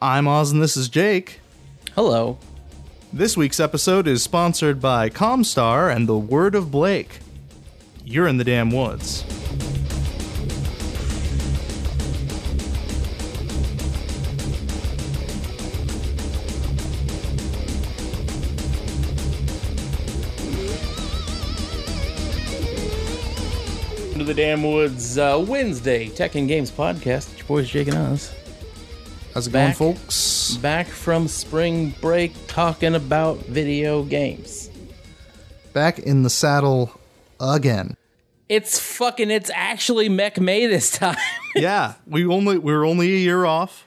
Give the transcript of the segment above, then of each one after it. I'm Oz and this is Jake. Hello. This week's episode is sponsored by Comstar and the Word of Blake. You're in the damn woods. Into the Damn Woods uh, Wednesday Tech and Games podcast. It's your boys Jake and Oz. How's it Back. going, folks? Back from spring break talking about video games. Back in the saddle again. It's fucking, it's actually Mech May this time. yeah, we only we were only a year off.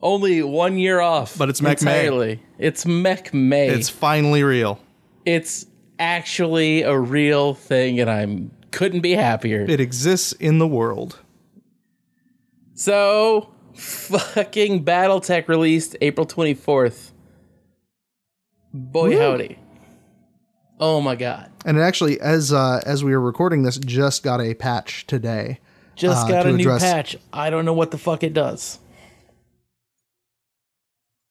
Only one year off. But it's Mech May. entirely. It's Mech May. It's finally real. it's actually a real thing, and I'm couldn't be happier. It exists in the world. So, fucking Battletech released April 24th. Boy, howdy. Oh my god. And it actually, as uh, as we were recording this, just got a patch today. Just Uh, got to a new address- patch. I don't know what the fuck it does.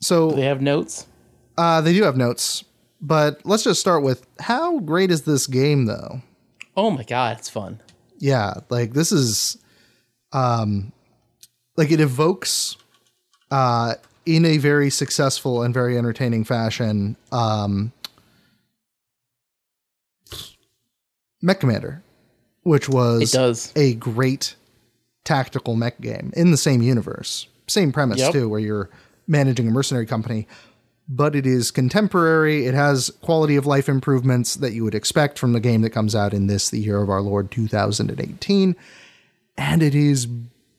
Do So they have notes? uh, they do have notes, but let's just start with how great is this game, though? Oh my god, it's fun. Yeah, like this is, um, like it evokes, uh, in a very successful and very entertaining fashion, um, Mech Commander, which It was does. a great tactical mech game in the same universe. Same premise Yep. too, where you're managing a mercenary company, but it is contemporary. It has quality of life improvements that you would expect from the game that comes out in this the year of our Lord 2018, and it is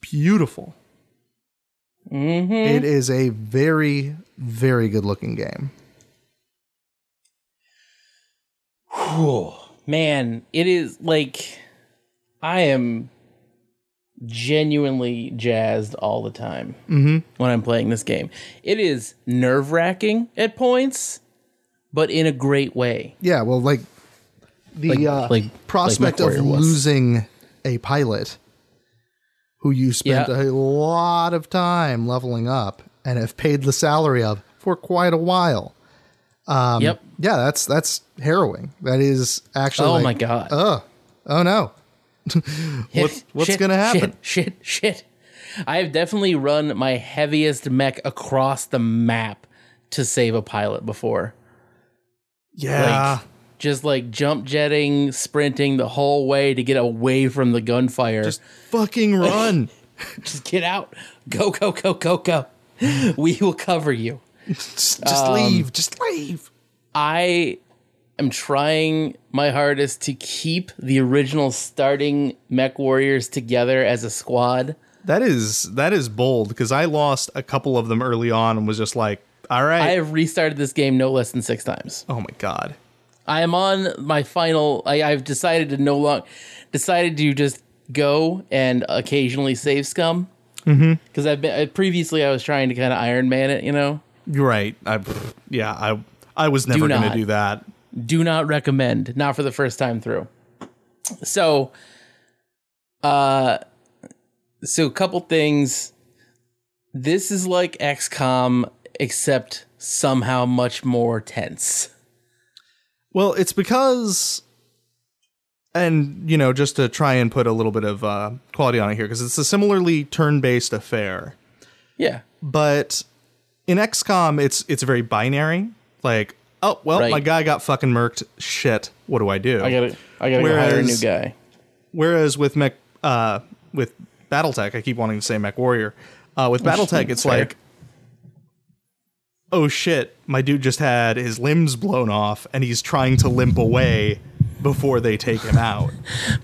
beautiful. Mm-hmm. Eh? It is a very very good looking game. Whew. Man, it is like I am genuinely jazzed all the time Mm-hmm. when I'm playing this game. It is nerve wracking at points, but in a great way. Yeah, well, like the Like- uh, like- like prospect of MechWarrior was. losing a pilot who you spent Yeah. a lot of time leveling up and have paid the salary of for quite a while. yep. Yeah, that's that's harrowing. That is actually. Oh like, my god. Oh, oh no. what's- what's gonna happen? Shit, shit, shit. I have definitely run my heaviest mech across the map to save a pilot before. Yeah. Like, just like jump jetting, sprinting the whole way to get away from the gunfire. Just, Fucking run. get out. Go, go, go, go, go. we will cover you. just just Um, leave. Just leave. I am trying my hardest to keep the original starting mech warriors together as a squad. that is that is bold because I lost a couple of them early on and was just like, all I right. have restarted this game no less than six times. oh my god. I am on my final. I, I've decided to no long, decided to just go and occasionally save scum. Because I've been I, previously, I was trying to kind of Iron Man it. You know, You're right. I yeah, I I was never going not. to do that. do not recommend. Not for the first time through. So, uh, so a couple things. This is like XCOM, except somehow much more tense. Well, it's because, and you know, just to try and put a little bit of uh, quality on it here, because it's a similarly turn-based affair, Yeah. but in XCOM, it's it's very binary. Like, oh well, Right. my guy got fucking murked. Shit, what do I do? I gotta, I gotta go hire a new Whereas- guy. Whereas with Mech, uh, with BattleTech, I keep wanting to say Mech Warrior. Uh, with BattleTech, it's fair. like, oh shit, my dude just had his limbs blown off, and he's trying to limp away before they take him out.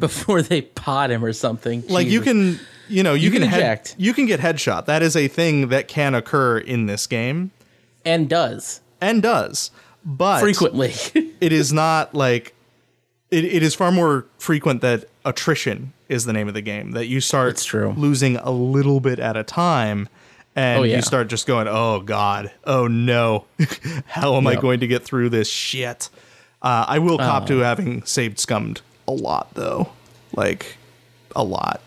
before they pot him or something. like you Jesus. can, you know, you, You can, can head- eject. you can get headshot. That is a thing that can occur in this game and does and does, but frequently. it is not like it, it is far more frequent that attrition is the name of the game that you start It's true. losing a little bit at a time and Oh, yeah. you start just going oh god oh no how am i Yep. going to get through this shit uh, i will cop Oh. to having saved scummed a lot though like a lot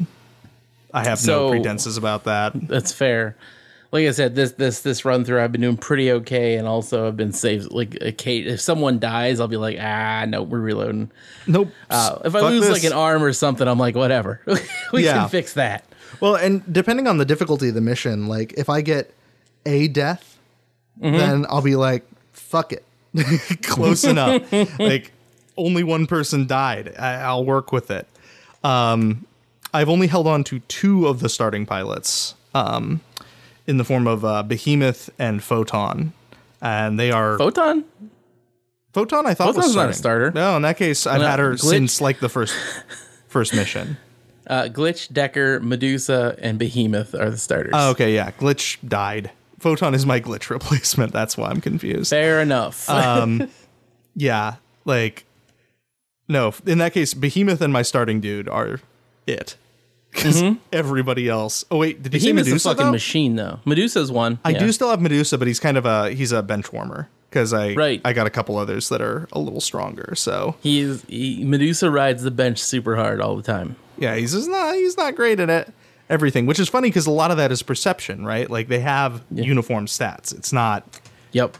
i have So- no pretenses about that That's fair. like I said, this this this run through, I've been doing pretty okay, and also I've been saved. Like a Kate, if someone dies, I'll be like, ah, no, we're reloading. Nope. Uh, if I Fuck lose this. like an arm or something, I'm like, whatever, we Yeah. can fix that. Well, and depending on the difficulty of the mission, like if I get a death, then I'll be like, fuck it. close enough. Like only one person died. I, I'll work with it. Um, I've only held on to two of the starting pilots um, in the form of uh, Behemoth and Photon, and they are Photon, Photon. I thought was Photon's not a starting. starter. No, in that case, I've No, had her Glitch. since like the first first mission. uh, Glitch, Decker, Medusa, and Behemoth are the starters. Oh, okay, yeah, Glitch died. Photon is my Glitch replacement. That's why I'm confused. Fair enough. Uh, Yeah, like no. In that case, Behemoth and my starting dude are it. 'Cause everybody else. Oh wait, did you Behemoth's say Medusa? Mm-hmm. a fucking though? machine, though. Medusa's one. I do still have Medusa, but he's kind of a he's a bench warmer because I Right. I got a couple others that are a little stronger. So He is he, Medusa rides the bench super hard all the time. yeah, he's just not he's not great at it. Everything, which is funny because a lot of that is perception, right? Like they have uniform stats. It's not Yep.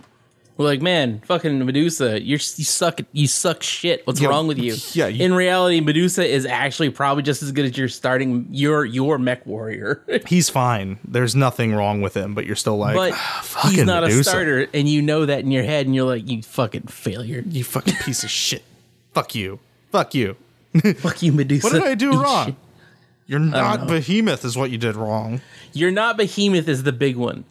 We're like, man, fucking Medusa, you're, you suck. You suck shit. What's Yeah, wrong with you? yeah, you- In reality, Medusa is actually probably just as good as your starting your your mech warrior, he's fine. There's nothing wrong with him, but you're still like, but he's ah, fucking not a Medusa. starter, and you know that in your head, and you're like, you fucking failure. You fucking piece of shit. Fuck you. Fuck you. Fuck you, Medusa. What did I do Eat wrong? shit. You're not behemoth, is what you did wrong. You're not Behemoth. Is the big one.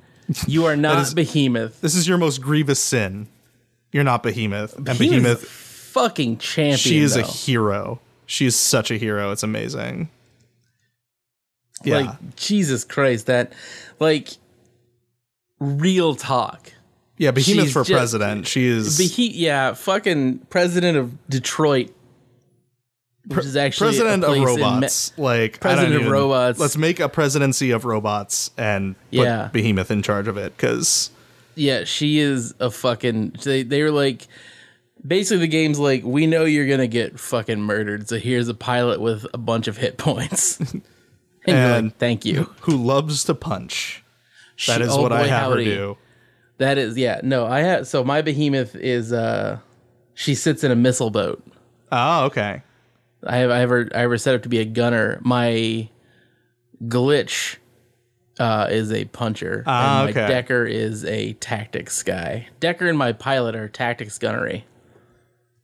You are not is- Behemoth. This is your most grievous sin. You're not behemoth. And Behemoth is a behemoth, fucking champion. she is a though. hero. She is such a hero. It's amazing. Yeah. Like Jesus Christ, that like real talk. yeah, behemoth she's for ju- president. She is The heat, yeah, fucking president of Detroit, which is actually a president of place in Me- robots. like I don't President of even- robots. Let's make a presidency of robots and Yeah. put behemoth in charge of it because yeah, she is a fucking. They they were like, basically, the game's like, we know you're gonna get fucking murdered, so here's a pilot with a bunch of hit points. and, you're like, And- thank you. who loves to punch. That She- is oh what I boy, have howdy. her do. That is yeah. No, I have. So my behemoth is uh, she sits in a missile boat. Oh, okay. I have I ever I ever set up to be a gunner. My glitch uh, is a puncher. Ah, and my okay. Decker is a tactics guy. Decker and my pilot are tactics gunnery.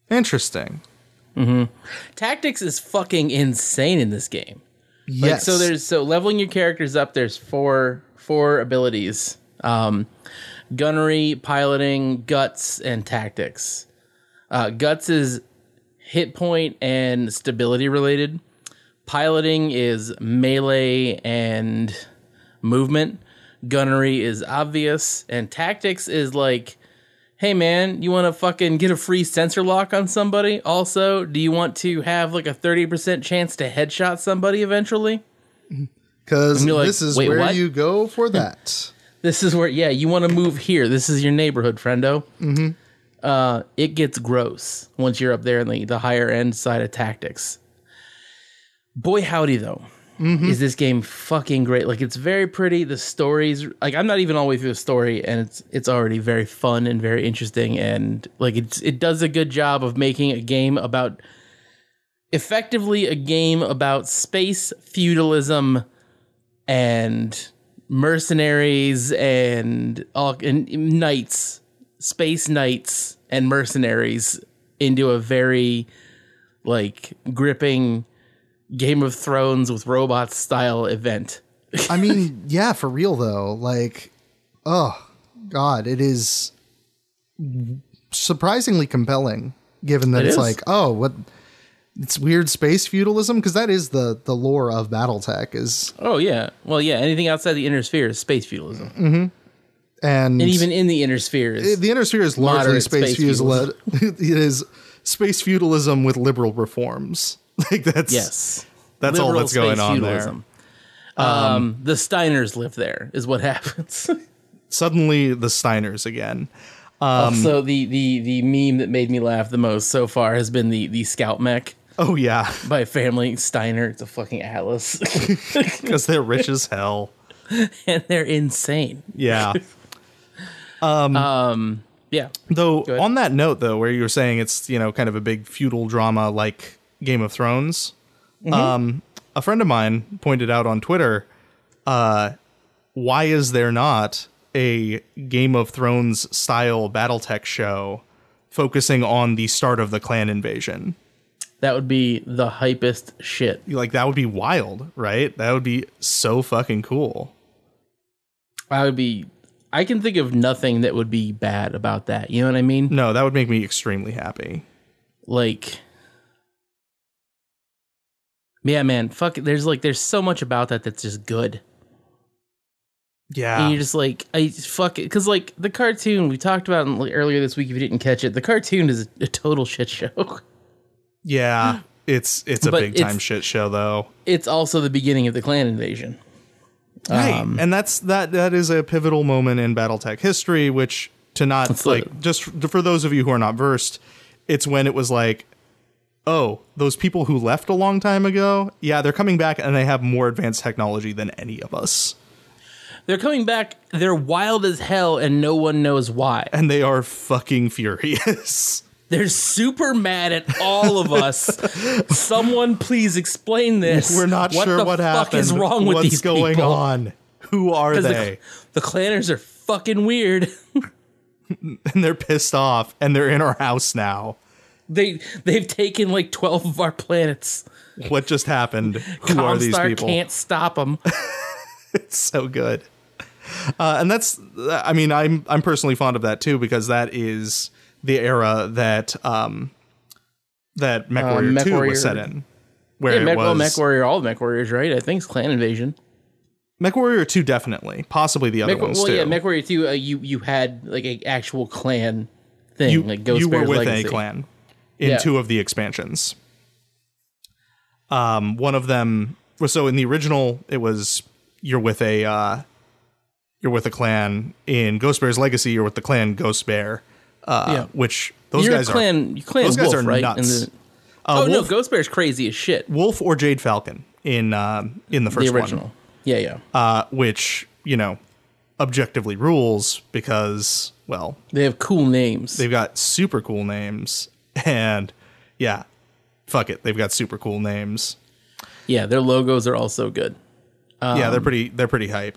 Interesting. Tactics is fucking insane in this game. Yes. Like so there's so leveling your characters up, there's four four abilities. Um gunnery, piloting, guts, and tactics. Uh guts is hit point and stability related. Piloting is melee and movement. Gunnery is obvious. And tactics is like Hey man, you want to fucking get a free sensor lock on somebody? Also, do you want to have like a 30% chance to headshot somebody eventually? Because you're like, this is "Wait, where what?" you go for that. This is where, yeah, you want to move here. This is your neighborhood, friendo. Mm-hmm. Uh, it gets gross once you're up there in the, the higher end side of tactics. Boy, howdy, though. Is this game fucking great? Like it's very pretty. The stories, like I'm not even all the way through the story, and it's it's already very fun and very interesting, and like it's it does a good job of making a game about, effectively a game about space feudalism, and mercenaries and all and knights, space knights and mercenaries into a very like gripping Game of Thrones with robots style event. I mean, yeah, for real though. Like, oh god, it is surprisingly compelling. Given that It it's is. like, oh, what? It's weird space feudalism because that is the the lore of BattleTech is, Oh yeah. Well yeah, anything outside the inner sphere is space feudalism. and, And even in the inner sphere is the inner sphere is largely Moderate space, space feudalism. it is space feudalism with liberal reforms. Like that's yes. That's all Liberal that's going space on there. feudalism. um the Steiners live there is what happens. Suddenly, the Steiners again. also, the the the meme that made me laugh the most so far has been the the scout mech Oh yeah, by family Steiner. It's a fucking atlas. because they're rich as hell. and they're insane. Yeah. Um, yeah, Though ahead. on that note, though, where you were saying it's you know kind of a big feudal drama like Game of Thrones, Mm-hmm. um, a friend of mine pointed out on Twitter, uh, why is there not a Game of Thrones style BattleTech show focusing on the start of the clan invasion? that would be the hypest shit. Like that would be wild, right? That would be so fucking cool. I would be. I can think of nothing that would be bad about that. You know what I mean? No, that would make me extremely happy. like yeah man fuck it. there's like there's so much about that that's just good Yeah. and you're just like i just fuck it because like the cartoon we talked about in, like, earlier this week if you didn't catch it the cartoon is a, a total shit show yeah. It's it's a But big time it's- shit show though. it's also the beginning of the clan invasion right Um, and that's that that is a pivotal moment in battletech history which to not That's like it. just for those of you who are not versed it's when it was like oh those people who left a long time ago yeah they're coming back and they have more advanced technology than any of us they're coming back they're wild as hell and no one knows why and they are fucking furious they're super mad at all of us someone please explain this we're not sure the what fuck happened is wrong with what's these going people? on who are 'Cause they The, the clanners are fucking weird. and they're pissed off and they're in our house now They they've taken like twelve of our planets. what just happened who are these Comstar people can't stop them. so good. Uh, and that's, I mean, I'm I'm personally fond of that too because that is the era that um that MechWarrior Uh, Mech Two Warrior- was set in, where yeah, it Mech, well, was Mech Warrior, all Mech Warriors, right? I think it's Clan Invasion. MechWarrior Two definitely, possibly the other Mech, ones well, too. yeah, Mech Warrior Two. Uh, you you had like an actual clan thing, you, like Ghost you were Bear's with Legacy. a clan in Yeah. two of the expansions. Um, one of them was so in the original it was you're with a uh, you're with a clan in Ghost Bear's Legacy. You're with the clan Ghost Bear, uh, Yeah. which those You're guys a clan. clan those guys Wolf, are right? nuts. In the- are. Uh, oh no, Wolf, Ghost Bear's crazy as shit. Wolf or Jade Falcon in uh, in the first The original. one, Yeah, yeah. uh, which you know objectively rules because well they have cool names. they've got super cool names and yeah fuck it they've got super cool names yeah, their logos are also good. yeah Um, they're pretty they're pretty hype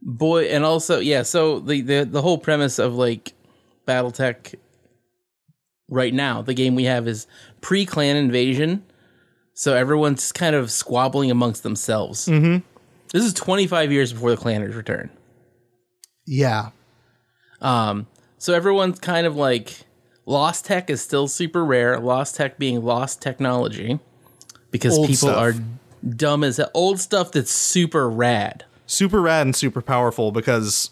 boy and also yeah so the, the the whole premise of like battletech right now the game we have is pre-clan invasion so everyone's kind of squabbling amongst themselves mm-hmm. this is 25 years before the clanners return Yeah. um so everyone's kind of like lost tech is still super rare lost tech being lost technology because Old people stuff. are dumb as hell. old stuff that's super rad super rad and super powerful because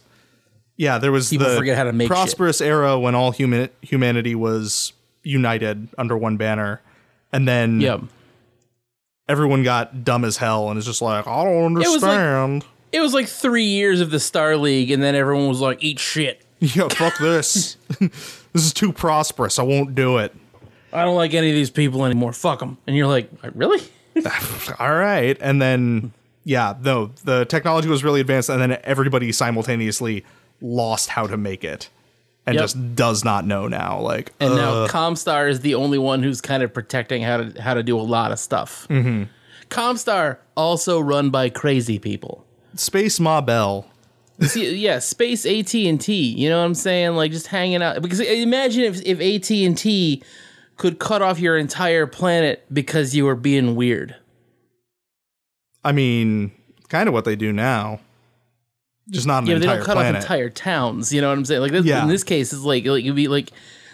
yeah there was People the forget how to make prosperous era when all human humanity was united under one banner and then yeah everyone got dumb as hell and is just like i don't was like- understand It was like three years of the Star League, and then everyone was like, "Eat shit! yeah fuck this this is too prosperous i won't do it I don't like any of these people anymore. Fuck them." And you're like, "Really? all right and then yeah no the technology was really advanced and then everybody simultaneously lost how to make it and Yep. just does not know now like And uh, now Comstar is the only one who's kind of protecting how to how to do a lot of stuff. Mm-hmm. Comstar also run by crazy people. uh, space ma bell See, yeah, space AT and T. You know what I'm saying? Like just hanging out because imagine if if AT and T could cut off your entire planet because you were being weird. i mean kind of what they do now just not an Yeah, but they entire don't cut planet off entire towns. You know what I'm saying? Like this, Yeah. in this case, it's like like you'd be like,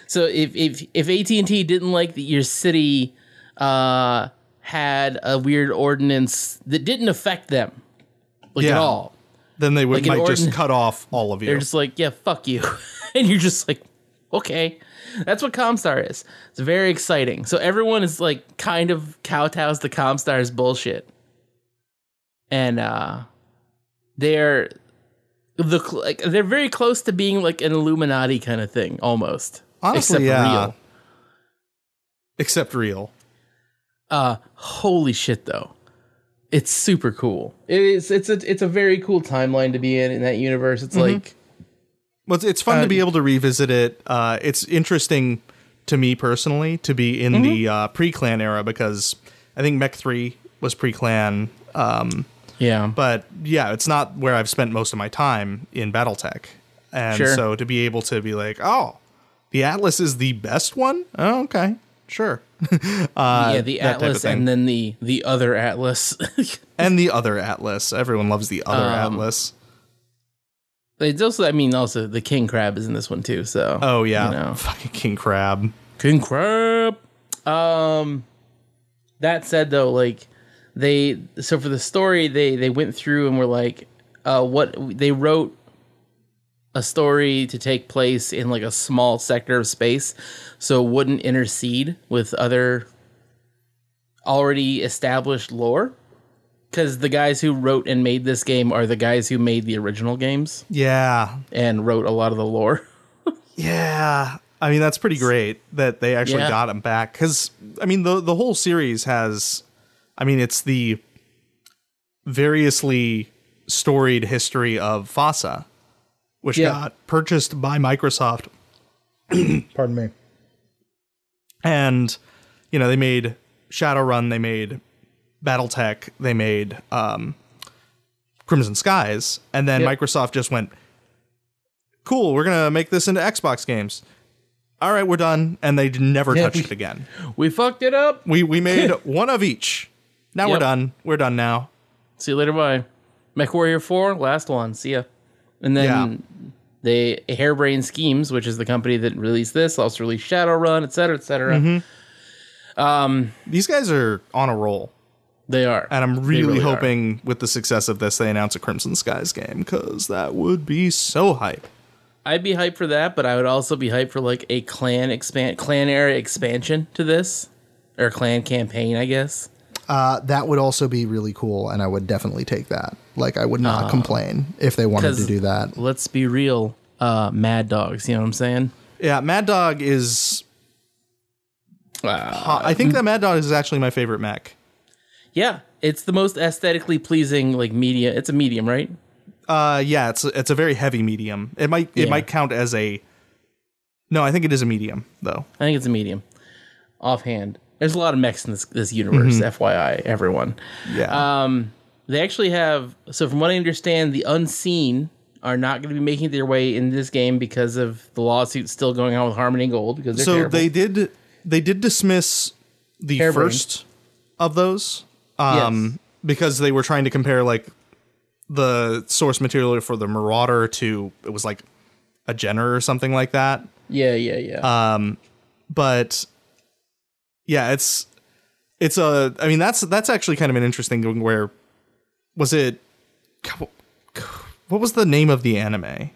so if if if AT and T didn't like that your city uh, had a weird ordinance that didn't affect them like at Yeah. all, then they would like an might just ordin- cut off all of you they're just like, yeah, fuck you, and you're just like, okay, that's what Comstar is. It's very exciting. So everyone is like kind of kowtows to Comstar's bullshit, and uh, they're the cl- like they're very close to being like an Illuminati kind of thing almost. honestly except yeah real. except real Uh, holy shit though. it's super cool. It is it's a it's a very cool timeline to be in in that universe. It's like Well, it's- it's fun to be able to revisit it. Uh, it's interesting to me personally to be in the Mm-hmm. uh, pre-clan era because I think Mech Three was pre-clan, yeah. but yeah, it's not where I've spent most of my time in BattleTech, and Sure. so to be able to be like, oh, the Atlas is the best one. Oh, okay, sure, Uh, yeah, the that type of Atlas thing. and then the the other Atlas. and the other Atlas. Everyone loves the other Um, Atlas. it's also I mean also the king crab is in this one too, so Oh yeah, you know. fucking King Crab. King crab. Um that said though, like they so for the story they they went through and were like uh what they wrote a story to take place in like a small sector of space so it wouldn't intercede with other already established lore because the guys who wrote and made this game are the guys who made the original games Yeah, and wrote a lot of the lore Yeah. I mean, that's pretty great that they actually Yeah. got him back. Because, I mean, the, the whole series has, I mean, it's the variously storied history of FASA, which Yeah. got purchased by Microsoft. Pardon me. And, you know, they made Shadowrun, they made Battletech, they made um, Crimson Skies. And then Yep. Microsoft just went, cool, we're going to make this into Xbox games. All right, we're done. And they never Yeah, touched we- it again. we fucked it up We, we made one of each. Now we're Yep. done. We're done now. See you later. Bye. MechWarrior 4, last one. See ya. And then they Hairbrain Schemes, which is the company that released this, also released Shadowrun, et cetera, et cetera. Mm-hmm. These guys are on a roll. They are. And I'm They really, really are. hoping with the success of this, they announce a Crimson Skies game because that would be so hype. I'd be hyped for that, but I would also be hyped for like a clan expand clan area expansion to this. Or clan campaign, I guess. Uh, that would also be really cool, and I would definitely take that. Like, I would Uh, not complain if they wanted to 'cause- do that. Let's be real. Uh mad dogs, you know what I'm saying? Yeah, Mad Dog is Uh, Uh, I think that Mad Dog is actually my favorite mech. yeah. It's the most aesthetically pleasing like media. It's a medium, right? Uh, yeah, it's it's a very heavy medium. It might it Yeah. might count as a. No, I think it is a medium though. I think it's a medium. Offhand, there's a lot of mechs in this this universe. Mm-hmm. FYI, everyone. Yeah, Um, They actually have. So from what I understand, the unseen are not going to be making their way in this game because of the lawsuit still going on with Harmony Gold. Because they're so terrible. they did they did dismiss the Hairbrained. first of those um, because they were trying to compare like the source material for the Marauder to it was like a Jenner or something like that. yeah, yeah, yeah. Uh, but yeah, it's it's a. I mean, that's that's actually kind of an interesting thing. Where was it? What was the name of the anime?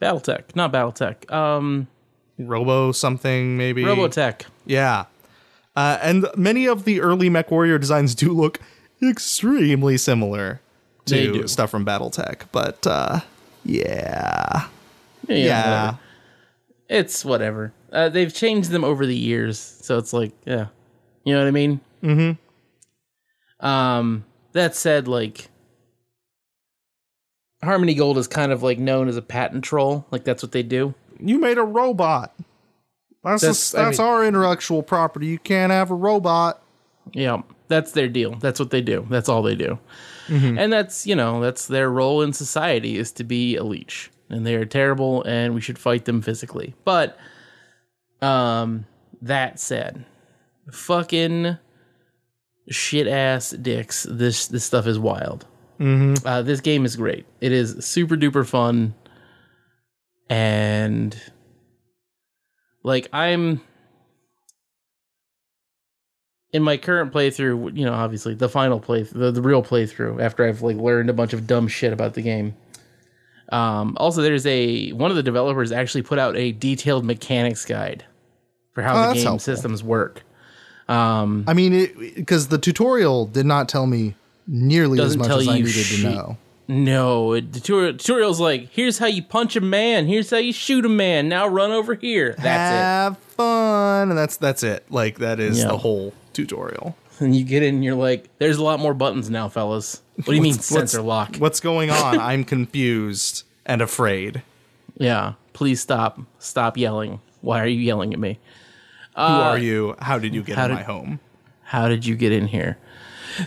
BattleTech, not BattleTech. Um, Robo something maybe. Robotech. Yeah, uh, and many of the early Mech Warrior designs do look extremely similar They to do. stuff from BattleTech, but uh, yeah, Yeah, yeah, whatever. it's whatever. Uh, they've changed them over the years, so it's like, yeah, you know what I mean. Mm-hmm. Um, that said, like Harmony Gold is kind of like known as a patent troll. Like that's what they do. you made a robot. That's That's- that's, I that's mean- our intellectual property. You can't have a robot. Yeah, that's their deal. That's what they do. That's all they do. And that's you know that's their role in society is to be a leech, and they are terrible, and we should fight them physically. But, um, that said, fucking shit ass dicks. This this stuff is wild. Mm-hmm. Uh, this game is great. It is super duper fun, and like I'm in my current playthrough, you know, obviously the final play, the, the real playthrough after I've like learned a bunch of dumb shit about the game. Um, also, there's a one of the developers actually put out a detailed mechanics guide for how Oh, the that's game helpful. systems work. Um, I mean, because the tutorial did not tell me nearly as Doesn't much tell as I you needed shit. to know. no, it, the tutorial, tutorial's like, here's how you punch a man, here's how you shoot a man. Now run over here. That's it. have fun, and that's that's it. Like that is Yeah. the whole tutorial. and you get in and you're like, there's a lot more buttons now, fellas. What do you mean sensor lock? What's going on? I'm confused and afraid. Yeah. Please stop. Stop yelling. Why are you yelling at me? Who are you? How did you get Uh, how in did- my home? How did you get in here?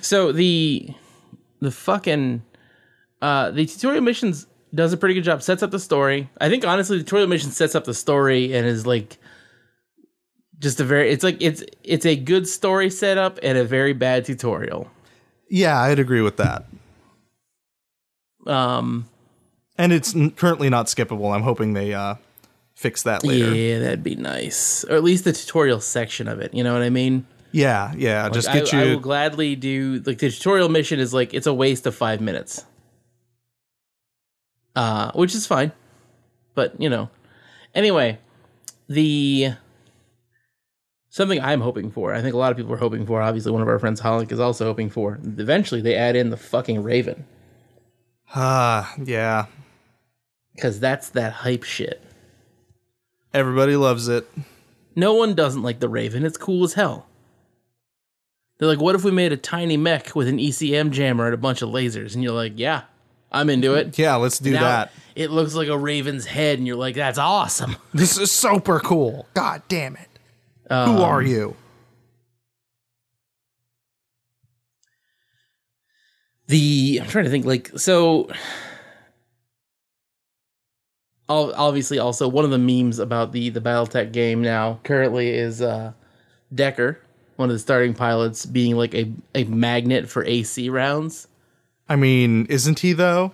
So the the fucking uh the tutorial missions does a pretty good job. Sets up the story. I think honestly, the tutorial mission sets up the story and is like just a very it's like it's it's a good story setup and a very bad tutorial. Yeah, I'd agree with that. Um And it's n- currently not skippable. I'm hoping they uh, fix that later. Yeah, Yeah, that'd be nice. Or at least the tutorial section of it. You know what I mean? yeah. just I, get I you. will gladly do like the tutorial mission is like it's a waste of five minutes. Uh which is fine. But you know. Anyway, the something I'm hoping for, I think a lot of people are hoping for, obviously one of our friends Holland is also hoping for. Eventually they add in the fucking Raven. Ah, yeah. Cause that's that hype shit. Everybody loves it. No one doesn't like the Raven. It's cool as hell. They're like, what if we made a tiny mech with an ECM jammer and a bunch of lasers? And you're like, yeah, I'm into it. Yeah, let's do Now that. It looks like a Raven's head, and you're like, that's awesome. This is super cool. God damn it. Who are Um, you? The I'm trying to think, like, so Ob- obviously also one of the memes about the the Battletech game now currently is uh Decker, one of the starting pilots, being like a, a magnet for AC rounds. I mean, isn't he though?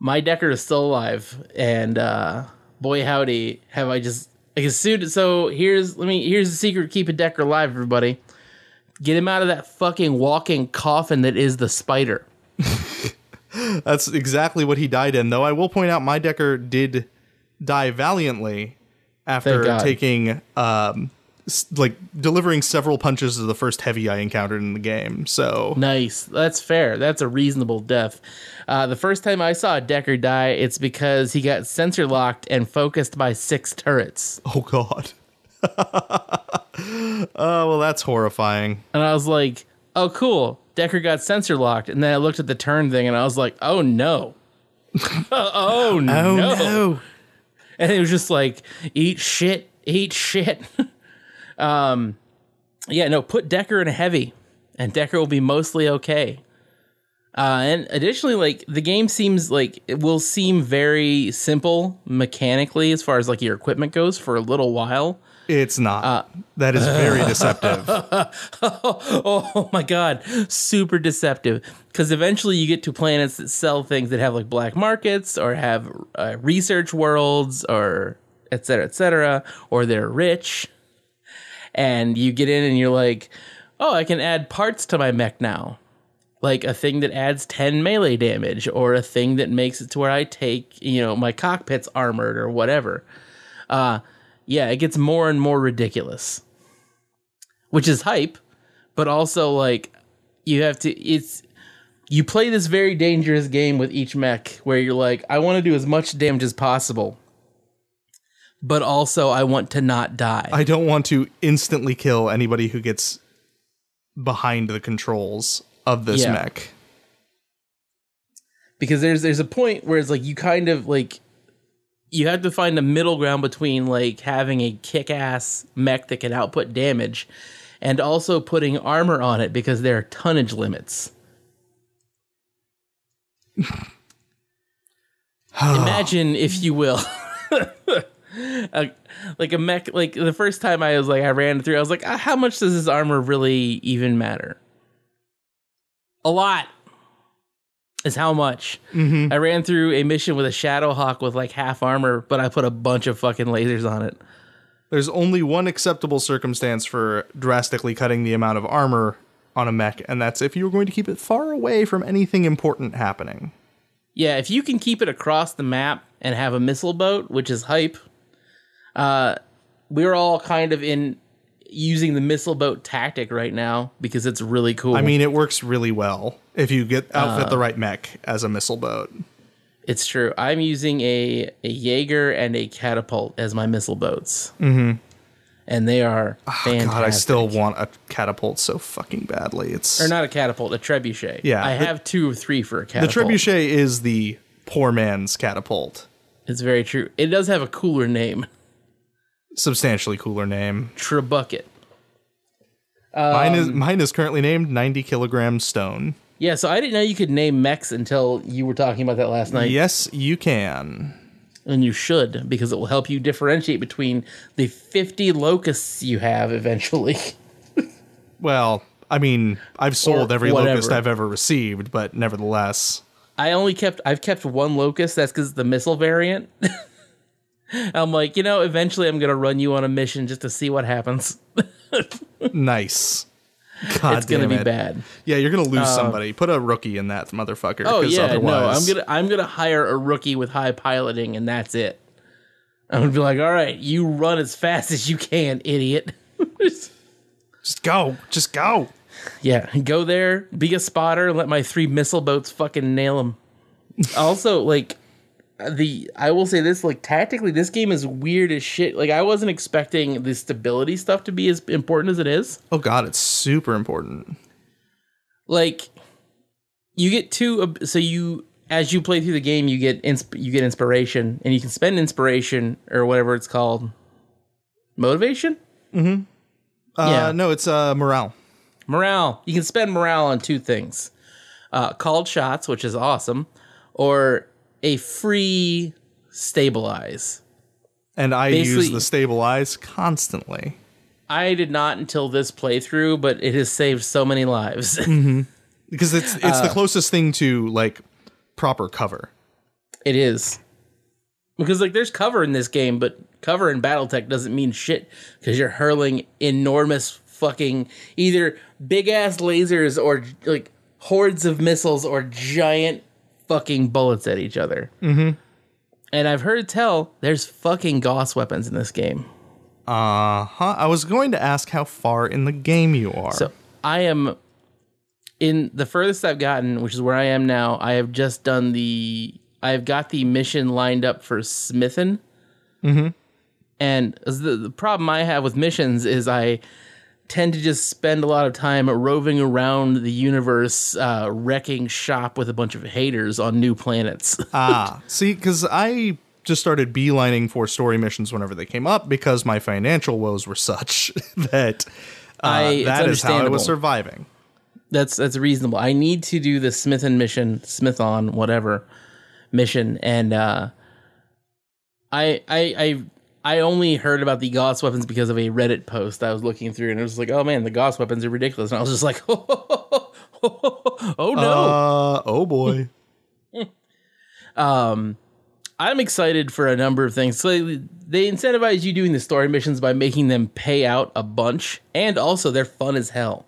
my Decker is still alive, and uh, boy howdy, have I just like as soon so here's let me here's the secret to keeping Decker alive, everybody. Get him out of that fucking walking coffin that is the spider. That's exactly what he died in. Though I will point out, my Decker did die valiantly Thank after God. taking, um, s- like delivering several punches to the first heavy I encountered in the game. So Nice, that's fair. That's a reasonable death. Uh, the first time I saw Decker die, it's because he got sensor locked and focused by six turrets, Oh God. oh well, that's horrifying. and I was like, "Oh, cool." Decker got sensor locked, and then I looked at the turn thing, and I was like, "Oh no." oh no. and it was just like eat shit eat shit um yeah no put decker in a heavy and decker will be mostly okay uh and additionally like the game seems like it will seem very simple mechanically as far as like your equipment goes for a little while It's not. Uh, that is very deceptive. oh my god super deceptive because eventually you get to planets that sell things that have like black markets or have uh, research worlds or et cetera et cetera or they're rich and you get in and you're like oh i can add parts to my mech now like a thing that adds 10 melee damage or a thing that makes it to where i take you know my cockpit's armored or whatever uh yeah it gets more and more ridiculous which is hype but also like you have to it's you play this very dangerous game with each mech where you're like i want to do as much damage as possible but also i want to not die I don't want to instantly kill anybody who gets behind the controls of this Yeah. mech. because there's there's a point where it's like you kind of like you have to find a middle ground between like having a kick-ass mech that can output damage and also putting armor on it because there are tonnage limits Oh. imagine if you will a, like a mech like the first time i was like i ran through i was like "Ah, how much does this armor really even matter a lot is how much Mm-hmm. I ran through a mission with a shadow hawk with like half armor, but I put a bunch of fucking lasers on it. There's only one acceptable circumstance for drastically cutting the amount of armor on a mech, and that's if you're going to keep it far away from anything important happening. Yeah, if you can keep it across the map and have a missile boat, which is hype, uh, we're all kind of in using the missile boat tactic right now because it's really cool. I mean, it works really well if you get outfit Uh, the right mech as a missile boat. it's true. I'm using a a Jaeger and a catapult as my missile boats, mm-hmm. and they are fantastic. Ah, God, I still want a catapult so fucking badly. It's or not a catapult, a trebuchet. Yeah, I the- have two or three for a the catapult. trebuchet is the poor man's catapult. It's very true. It does have a cooler name, Substantially cooler name. trebucket. Um, mine is mine is currently named 90 kilogram stone. Yeah, so I didn't know you could name mechs until you were talking about that last night, Yes, you can. and you should because it will help you differentiate between the fifty locusts you have eventually. Well, I mean, I've sold Or every whatever. locust I've ever received, but nevertheless, I only kept I've kept one locust. That's because the missile variant. I'm like, you know, eventually I'm gonna run you on a mission just to see what happens. nice. God it's gonna damn be it. bad. Um, Yeah, you're gonna lose somebody. Put a rookie in that motherfucker. Oh 'cause yeah, no, I'm otherwise- gonna I'm gonna hire a rookie with high piloting, and that's it. I'm gonna be like, all right, you run as fast as you can, idiot. just go, just go. yeah, go there, be a spotter, let my three missile boats fucking nail them. also, like the I will say this, like tactically, this game is weird as shit. Like I wasn't expecting the stability stuff to be as important as it is. Oh god, it's super important. like you get two ab- so you as you play through the game you get insp- you get inspiration and you can spend inspiration or whatever it's called motivation Uh, Yeah. No, it's uh, morale. morale you can spend morale on two things uh, called shots which is awesome or a free stabilize And I use Basically- the stabilize constantly. i did not until this playthrough but it has saved so many lives Because it's it's Uh. the closest thing to like proper cover. It is. Because like there's cover in this game, but cover in BattleTech doesn't mean shit because you're hurling enormous fucking either big ass lasers or like hordes of missiles or giant fucking bullets at each other. Mm-hmm. And I've heard tell there's fucking Gauss weapons in this game. Huh? I was going to ask how far in the game you are. So I am in the furthest I've gotten, which is where I am now. I have just done the. I've got the mission lined up for Smithen. Mm-hmm. And the, the problem I have with missions is I tend to just spend a lot of time roving around the universe, uh, wrecking shop with a bunch of haters on new planets. ah, see, because I just started beelining for story missions whenever they came up because my financial woes were such that uh, I- it's that is how I understandable. was surviving. that's that's reasonable. I need to do the Smith and mission, Smith on whatever mission, and uh, I I I I only heard about the Gauss weapons because of a Reddit post I was looking through, and it was like, oh man, the Gauss weapons are ridiculous, and I was just like, oh, no, Uh, oh boy. I'm excited for a number of things. So they, they incentivize you doing the story missions by making them pay out a bunch, and also they're fun as hell.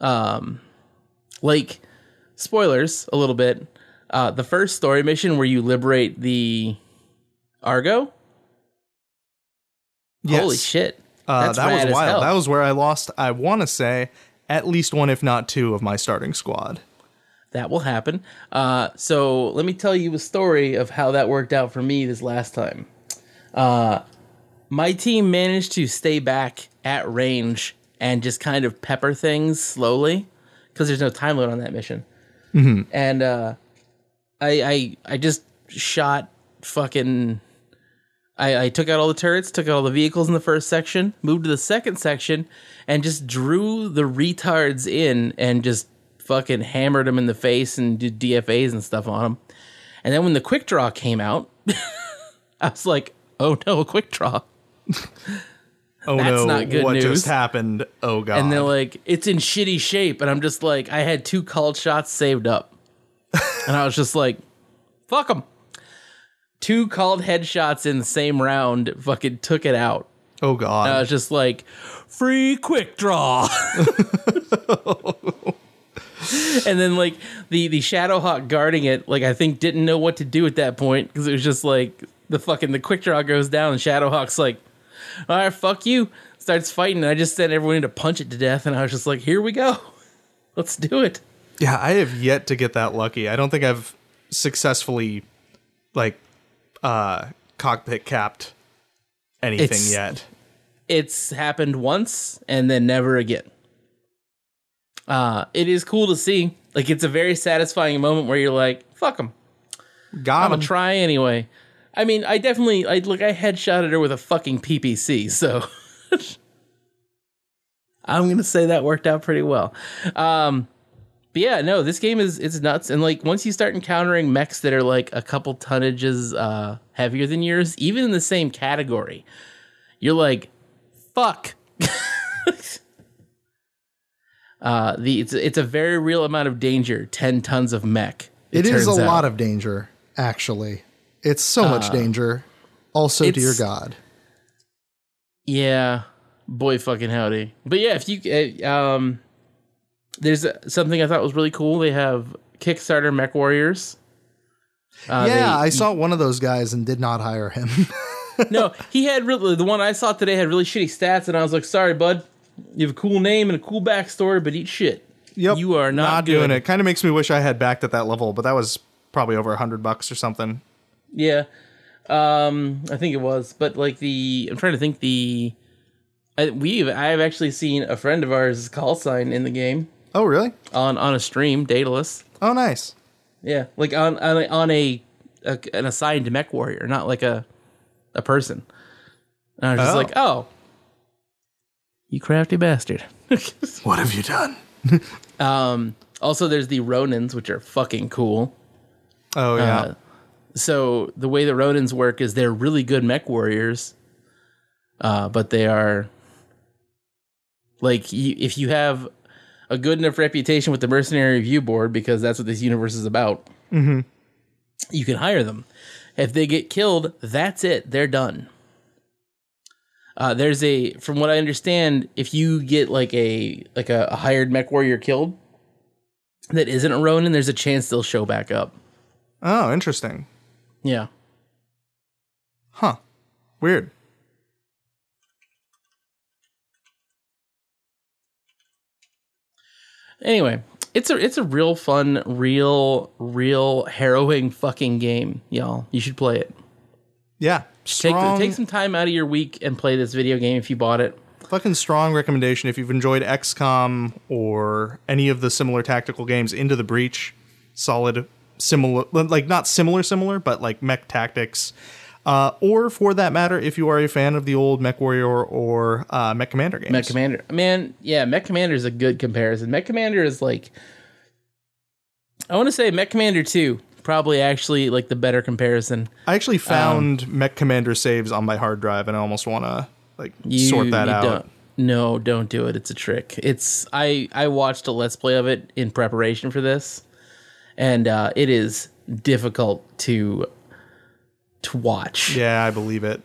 Um, like spoilers a little bit. Uh, the first story mission where you liberate the Argo. Holy Yes. shit! Uh, That's that rad was as hell. wild. That was where I lost, I want to say, at least one, if not two, of my starting squad. that will happen. Uh, so let me tell you a story of how that worked out for me this last time. Uh, my team managed to stay back at range and just kind of pepper things slowly because there's no time limit on that mission. And uh, I, I I just shot fucking. I, I took out all the turrets, took out all the vehicles in the first section, moved to the second section, and just drew the retards in and just fucking hammered them in the face and did DFAs and stuff on them. And then when the quick draw came out, I was like, oh no, a quick draw. Oh That's no, not good what news. just happened? Oh god. And they're like, it's in shitty shape. And I'm just like, I had two called shots saved up. and I was just like, fuck them. Two called headshots in the same round fucking took it out. oh god. I was just like, free quick draw. and then like the the Shadowhawk guarding it, like I think didn't know what to do at that point because it was just like the fucking the quick draw goes down and Shadowhawk's like, all right, fuck you, starts fighting. And I just sent everyone in to punch it to death, and I was just like, here we go, let's do it. Yeah, I have yet to get that lucky. I don't think I've successfully like uh cockpit capped anything It's- yet. it's happened once and then never again. Uh, it is cool to see. Like it's a very satisfying moment where you're like, "Fuck them, Got I'm him. gonna try anyway." I mean, I definitely, I look, I headshotted her with a fucking PPC, so I'm gonna say that worked out pretty well. Um, but yeah, no, this game is it's nuts, and like once you start encountering mechs that are like a couple tonnages uh, heavier than yours, even in the same category, you're like, fuck. uh, the it's it's a very real amount of danger. Ten tons of mech. It is a turns out. Uh, lot of danger, actually. It's so much danger. Also, dear it's- God. Yeah, boy, fucking howdy. But yeah, if you uh, um, there's uh, something I thought was really cool. They have Kickstarter Mech Warriors. Uh, yeah, they- I saw one of those guys and did not hire him. no, he had really the one I saw today had really shitty stats, and I was like, sorry, bud, you have a cool name and a cool backstory, but eat shit. Yep. You are not, Not doing good. it. Kind of makes me wish I had backed at that level, but that was probably over a hundred bucks or something. Yeah. Um, I think it was, but like the I'm trying to think the I, we've I've actually seen a friend of ours call sign in the game Oh really? on on a stream, Daedalus. Oh nice. Yeah, like on on a, on a, a an assigned mech warrior, not like a a person. And I was just Oh. like, oh, you crafty bastard. what have you done? um, also, there's the Ronins, which are fucking cool. Oh yeah. Uh, so the way the Ronins work is they're really good mech warriors, uh, but they are like you, if you have a good enough reputation with the Mercenary Review Board, because that's what this universe is about. You can hire them. If they get killed, that's it. They're done. Uh, there's a, from what I understand, if you get like a like a, a hired mech warrior killed that isn't a Ronin, there's a chance they'll show back up. oh interesting. Yeah. Huh. Weird. Anyway, it's a it's a real fun, real, real harrowing fucking game, y'all. You should play it. Yeah. Take Strong take some time out of your week and play this video game if you bought it. fucking strong recommendation if you've enjoyed XCOM or any of the similar tactical games into the breach. Solid similar like not similar similar, but like mech tactics. Uh, or for that matter, if you are a fan of the old Mech Warrior or uh, Mech Commander games. Mech Commander, man, yeah, Mech Commander is a good comparison. Mech Commander is like, I want to say Mech Commander Two probably actually like the better comparison. I actually Um, found Mech Commander saves on my hard drive, and I almost want to like You- sort that you out. Don't, no, don't do it. It's a trick. It's I I watched a let's play of it in preparation for this, and uh, it is difficult to to watch. Yeah, I believe it.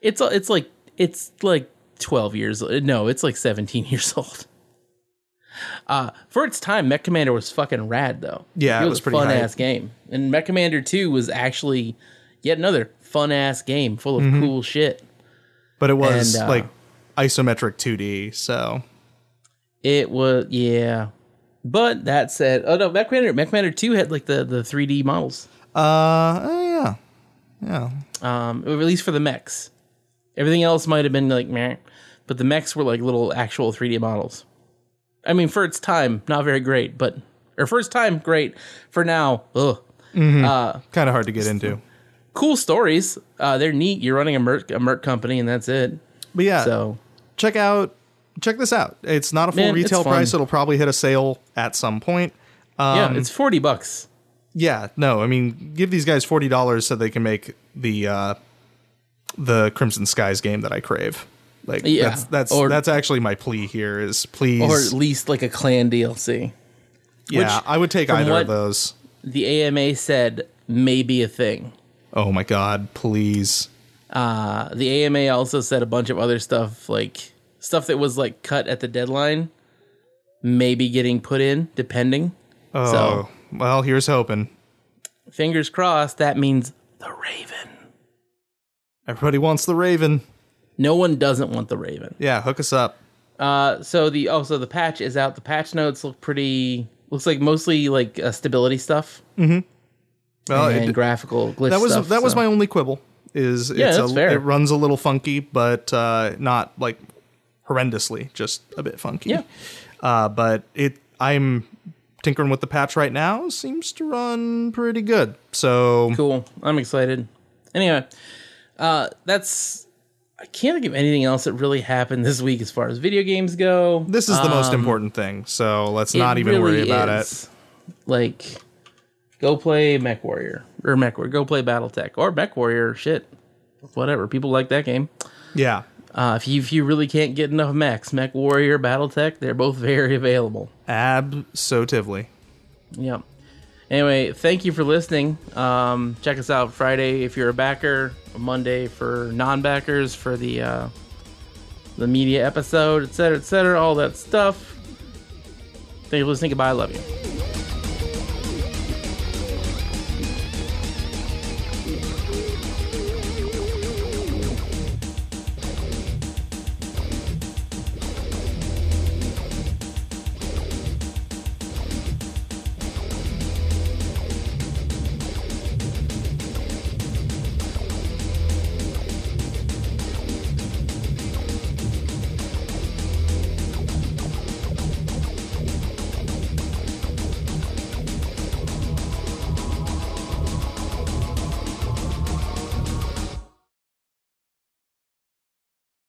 It's a- it's like it's like twelve years. No, it's like seventeen years old. Uh, for its time, Mech Commander was fucking rad though. Yeah, it it was, was a pretty fun hype. ass game, and Mech Commander Two was actually yet another fun ass game full Mm-hmm. of cool shit. But it was And, uh, like isometric 2D, so It was yeah. But that said, oh no, Mech Commander, Mech Commander Two had like the the three D models, uh, uh, yeah, um, or at least for the mechs. Everything else might have been like meh, but the mechs were like little actual three D models. I mean, for its time, not very great, but or for its time, great. For now, ugh. kind of hard to get into. Cool stories. Uh, they're neat. You're running a merc, a merc company, and that's it. But yeah, So check out check this out. It's not a full Man, it's retail fun. price. It'll probably hit a sale at some point. yeah, it's forty bucks. Yeah, no, I mean, give these guys forty dollars so they can make the uh, the Crimson Skies game that I crave. Like Yeah, that's that's or- that's actually my plea here is please Or at least like a clan DLC. yeah which, I would take from either what- of those. The AMA said may be a thing. Oh my god, please. Uh, the AMA also said a bunch of other stuff, like stuff that was like cut at the deadline, maybe getting put in, depending. Oh, So well, here's hoping. fingers crossed. That means the Raven. Everybody wants the Raven. No one doesn't want the Raven. Yeah, hook us up. Uh, so the also the patch is out. The patch notes look pretty. Looks like mostly like uh, stability stuff Well, and Oh, it, graphical glitch that was stuff, that was so- my only quibble. Is Yeah, it's that's a, fair. it runs a little funky, but uh, not like horrendously, just a bit funky. Yeah. Uh, but it I'm tinkering with the patch right now. Seems to run pretty good. So Cool. I'm excited. Anyway, uh, that's. I can't think of anything else that really happened this week as far as video games go. this is the Um, most important thing. So let's not even worry about it. it. Like, go play Mech Warrior or Mech Warrior. Go play BattleTech or Mech Warrior. Shit, whatever. People like that game. Yeah. Uh, if you if you really can't get enough mechs, Mech Warrior, BattleTech, they're both very available. Absolutely. Yep. Anyway, thank you for listening. Um, check us out Friday if you're a backer, Monday for non-backers for the uh, the media episode, etc., cetera, etc., cetera, all that stuff. Thank you for listening. Goodbye. I love you.